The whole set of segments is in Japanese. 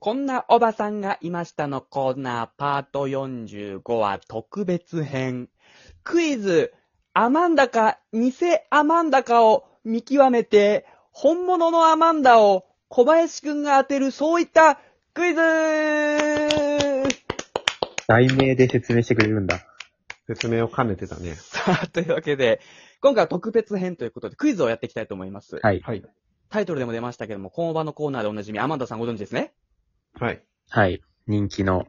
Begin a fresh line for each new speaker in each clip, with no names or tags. こんなおばさんがいましたのコーナーパート45は特別編。クイズ、アマンダか偽アマンダかを見極めて、本物のアマンダを小林くんが当てるそういったクイズ
題名で説明してくれるんだ。
説明を兼ねてたね。
さあ、というわけで、今回は特別編ということでクイズをやっていきたいと思います。
はい。
はい。
タイトルでも出ましたけども、この場のコーナーでおなじみ、アマンダさんご存知ですね
はい。
はい。人気の。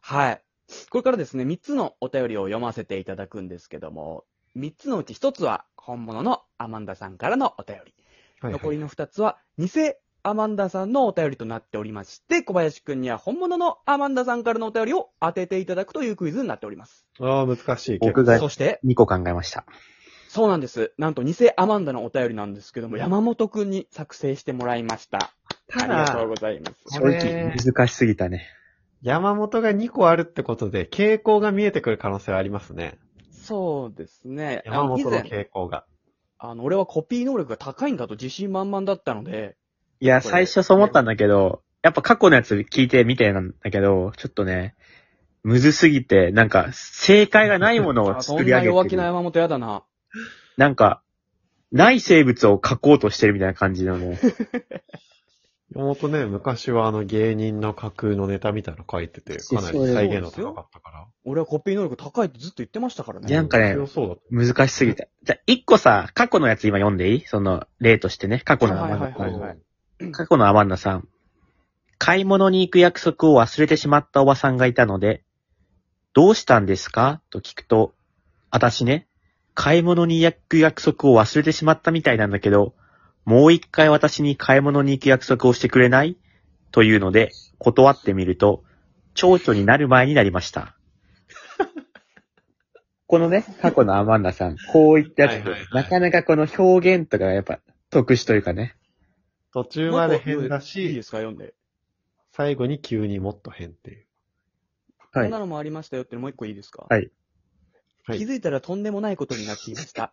はい。これからですね、3つのお便りを読ませていただくんですけども、3つのうち1つは本物のアマンダさんからのお便り。
はい、
残りの2つは偽アマンダさんのお便りとなっておりまして、小林くんには本物のアマンダさんからのお便りを当てていただくというクイズになっております。
ああ、難しい。
僕が
そして、
2個考えました。
そうなんです。なんと偽アマンダのお便りなんですけども、山本くんに作成してもらいました。あ
た
りがとう
だ、
ございます。
正
これ
直、難しすぎたね。
山本が2個あるってことで、傾向が見えてくる可能性はありますね。
そうですね。あ
山
の以
本の
前、
傾向が。
あの、俺はコピー能力が高いんだと自信満々だったので、
いや、
これ
最初そう思ったんだけど、やっぱ過去のやつ聞いてみてなんだけど、ちょっとね、むずすぎて、なんか、正解がないものを
あそ
作
ん
り上
な弱
げ
気
て
な
る。
山本やだな。
なんか、ない生物を書こうとしてるみたいな感じのね。
山本ね、昔はあの芸人の架空のネタみたいなの書いてて、かなり再現度高かったから。
俺はコピー能力高いってずっと言ってましたから
いや
ね。
なんかね
強そうだった。
難しすぎた。じゃあ、一個さ、過去のやつ今読んでいいその、例としてね。過去のアマン
はい
ダ
はいはい
さん。過去のアマンダさん。買い物に行く約束を忘れてしまったおばさんがいたので、どうしたんですかと聞くと、あたしね、買い物に行く約束を忘れてしまったみたいなんだけど、もう一回私に買い物に行く約束をしてくれないというので、断ってみると、蝶々になる前になりま した。このね、過去のアマンダさん、こういったやつ
はいはい、はい
なかなかこの表現とかがやっぱ特殊というかね。
途中
な
ま
んか
で変だ
いいで
し、
すか、読んで。
最後に急にもっと変っていう。
は
こん
い
な。のもありましたよってのもう一個いいですか
はい
はい
気づいたらとんでもないことになっていました。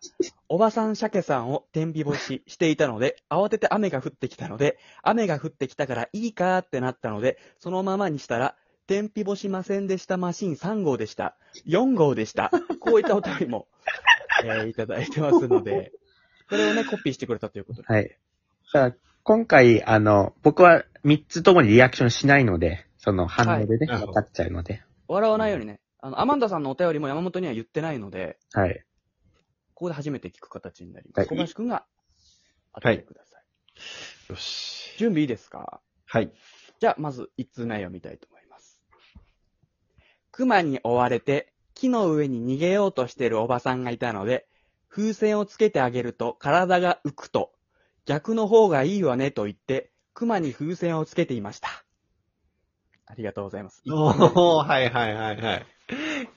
おばさん鮭さんを天日干ししていたので、慌てて雨が降ってきたので、雨が降ってきたからいいかーってなったので、そのままにしたら、天日干しませんでしたマシン3号でした。4号でした。こういったお便りも、えーいただいてますので、これをね、コピーしてくれたということで。
はい。さあ、今回、あの、僕は3つともにリアクションしないので、その反応でね、
はい
分かっちゃうので。
笑わないようにね、あの、アマンダさんのお便りも山本には言ってないので、
はい。
ここで初めて聞く形になりま
はい
す。小林くんが当ててください。
よし。
準備いいですか
はい。
じゃあ、まず一通内容見たいと思います。熊に追われて、木の上に逃げようとしてるおばさんがいたので、風船をつけてあげると体が浮くと、逆の方がいいわねと言って、熊に風船をつけていました。ありがとうございます。
おー、はいはいはいはい。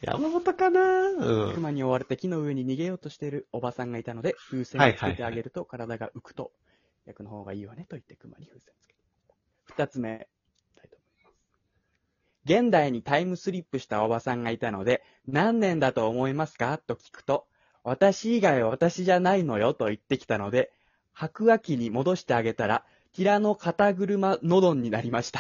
山本かなうん。
熊に追われて木の上に逃げようとしているおばさんがいたので、風船をつけてあげると体が浮くと、役の方がいいわねと言って熊に風船をつけてました。二つ目、いきたいと思います現代にタイムスリップしたおばさんがいたので、何年だと思いますかと聞くと、私以外は私じゃないのよと言ってきたので、白亜紀に戻してあげたら、ティラノ肩車ノドンになりました。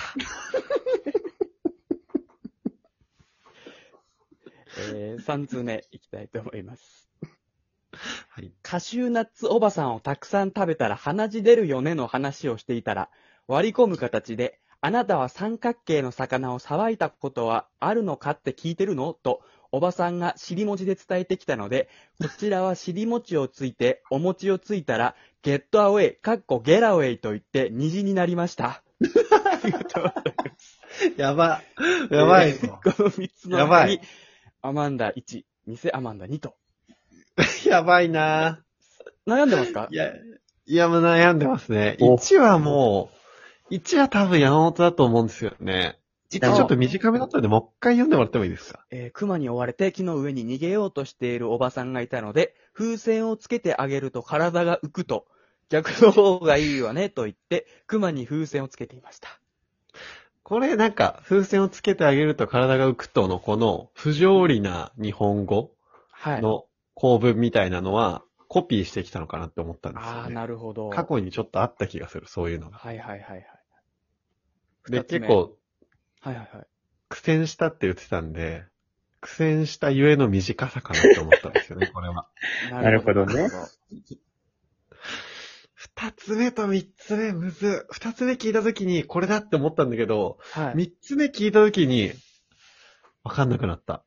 えー、3通目いきたいと思います。
はい。
カシューナッツおばさんをたくさん食べたら鼻血出るよねの話をしていたら、割り込む形で、あなたは三角形の魚をさばいたことはあるのかって聞いてるのと、おばさんが尻餅で伝えてきたので、こちらは尻餅をついて、お餅をついたら、ゲットアウェイ、かっこゲラウェイと言って虹になりました。ありがとうございます。
やば。やばいぞ。
この3つの
やば
中
い
に、アマンダ1、偽アマンダ2と。
やばいな
悩んでますか
いや、いや、もう悩んでますね。
お
1はもう、1は多分山本だと思うんですよね。
ち
1ちょっと短めだったので、もう一回読んでもらってもいいですか
えー熊に追われて木の上に逃げようとしているおばさんがいたので、風船をつけてあげると体が浮くと、逆の方がいいわねと言って、熊に風船をつけていました。
これなんか、風船をつけてあげると体が浮くとのこの不条理な日本語
はい。
の構文みたいなのはコピーしてきたのかなって思ったんです
あ
よ
あ、
ね。
なるほど。
過去にちょっとあった気がする、そういうのが。
はいはいはいはい。
で、
二つ目
結構
はいはいはい。
苦戦したって言ってたんで、苦戦したゆえの短さかなって思ったんですよね、これは。
なるほどね。
二つ目と三つ目むず。二つ目聞いたときにこれだって思ったんだけど、
はい。
三つ目聞いたときに、わかんなくなった。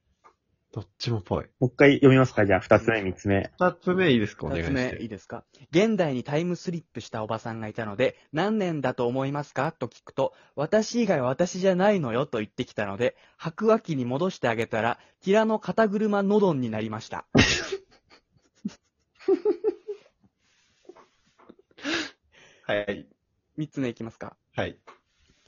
どっちもぽい。
もう一回読みますかじゃあ、二つ目、三つ目。
二つ目いいですかお願い
二
し
つ
ま
目、いいですか現代にタイムスリップしたおばさんがいたので、何年だと思いますかと聞くと、私以外は私じゃないのよと言ってきたので、白亜紀に戻してあげたら、ティラの肩車ノドンになりました。
はい。
三つ目いきますか
はい。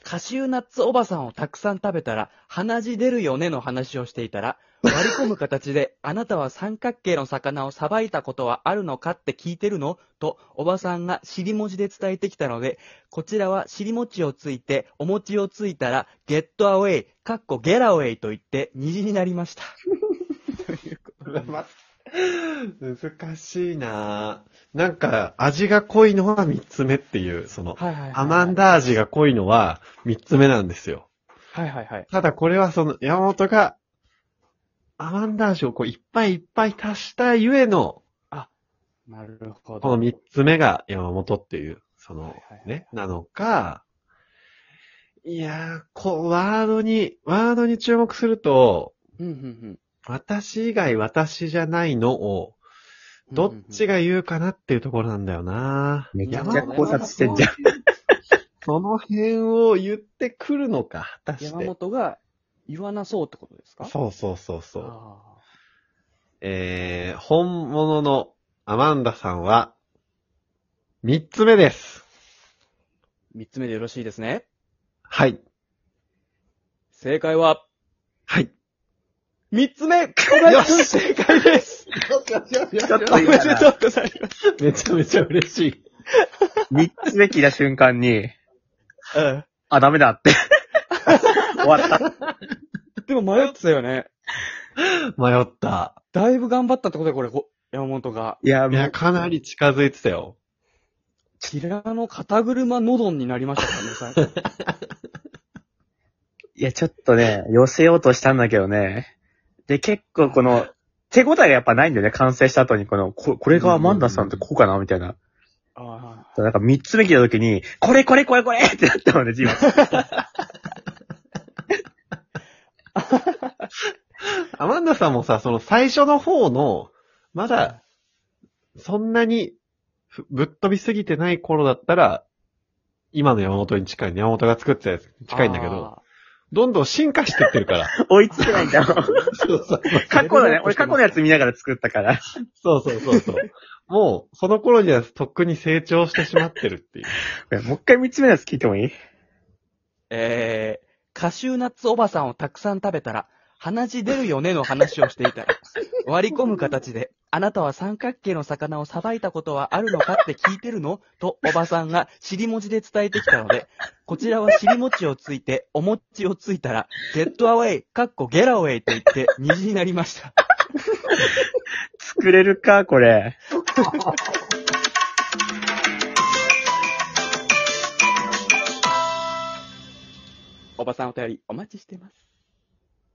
カシューナッツおばさんをたくさん食べたら、鼻血出るよねの話をしていたら、割り込む形で、あなたは三角形の魚をさばいたことはあるのかって聞いてるのと、おばさんが尻餅で伝えてきたので、こちらは尻餅をついて、お餅をついたら、ゲットアウェイ、かっこゲラウェイと言って、虹になりました。
難しいなぁなんか、味が濃いのは三つ目っていう、その、
はいはいはい、
アマン。ダ味が濃いのは三つ目なんですよ。
はいはいはい。
ただこれはその、山本が、アマンダ味をこう、いっぱいいっぱい足したゆえの、
なるほど。
この三つ目が山本っていう、その
はいはいは、い
ね、なのか、いやー、こう、ワードに、ワードに注目すると、
うんうんうん。
私以外私じゃないのを、どっち
が、
が言うかなっていうところなんだよな。
めちゃ
山
く
本
ち
さ
ゃ考察してんじゃん。
その辺を言ってくるのか、果たし
山
て。
本が言わなそうってことですか
そうそうそうそう。
あー
えー、本物のアマンダさんは、三つ目です。
三つ目でよろしいですね。
はい。
正解は、
はい。
三つ目小林くん正解です
ょっ
お
と
め
今
で
な
とうございます。
めちゃめちゃ嬉しい。
三つ目聞いた瞬間に、
うん
あ、ダメだって。 終わった。
でも迷ってたよね。
迷った。
だいぶ頑張ったってことだよ、これこ、山本が。
いや、
い
も
や、
う、
かなり近づいてたよ。
キラの肩車ノドンになりましたからね、最後
いや、ちょっとね、寄せようとしたんだけどね。で、結構この、手応えがやっぱないんだよね、完成した後に、この、ここれがアマンダさんってこうかなみたいな。
あ
なんか三つ目聞いた時に、これこれこれこれってなったもんね、今。
アマンダさんもさ、その最初の方の、ま
あ
だ、そんなにふ、ぶっ飛びすぎてない頃だったら、今の山本に近い。山本が作ってたやつに近いんだけど、。どんどん進化してってるから。
追いつけないんだもん。
そうそう
過去のね、俺過去のやつ見ながら作ったから。
そうそうそうそう。もう、その頃にはとっくに成長してしまってるっていう。
もう一回三つ目のやつ聞いてもいい
えー、カシューナッツおばさんをたくさん食べたら、鼻血出るよねの話をしていたら、割り込む形で、あなたは三角形の魚をさばいたことはあるのかって聞いてるのと、おばさんが尻文字で伝えてきたので、こちらは尻餅をついて、お餅をついたら、ゲットアウェイ、かっこゲラウェイと言って、虹になりました。
作れるか、これ。
おばさんお便りお待ちしてます。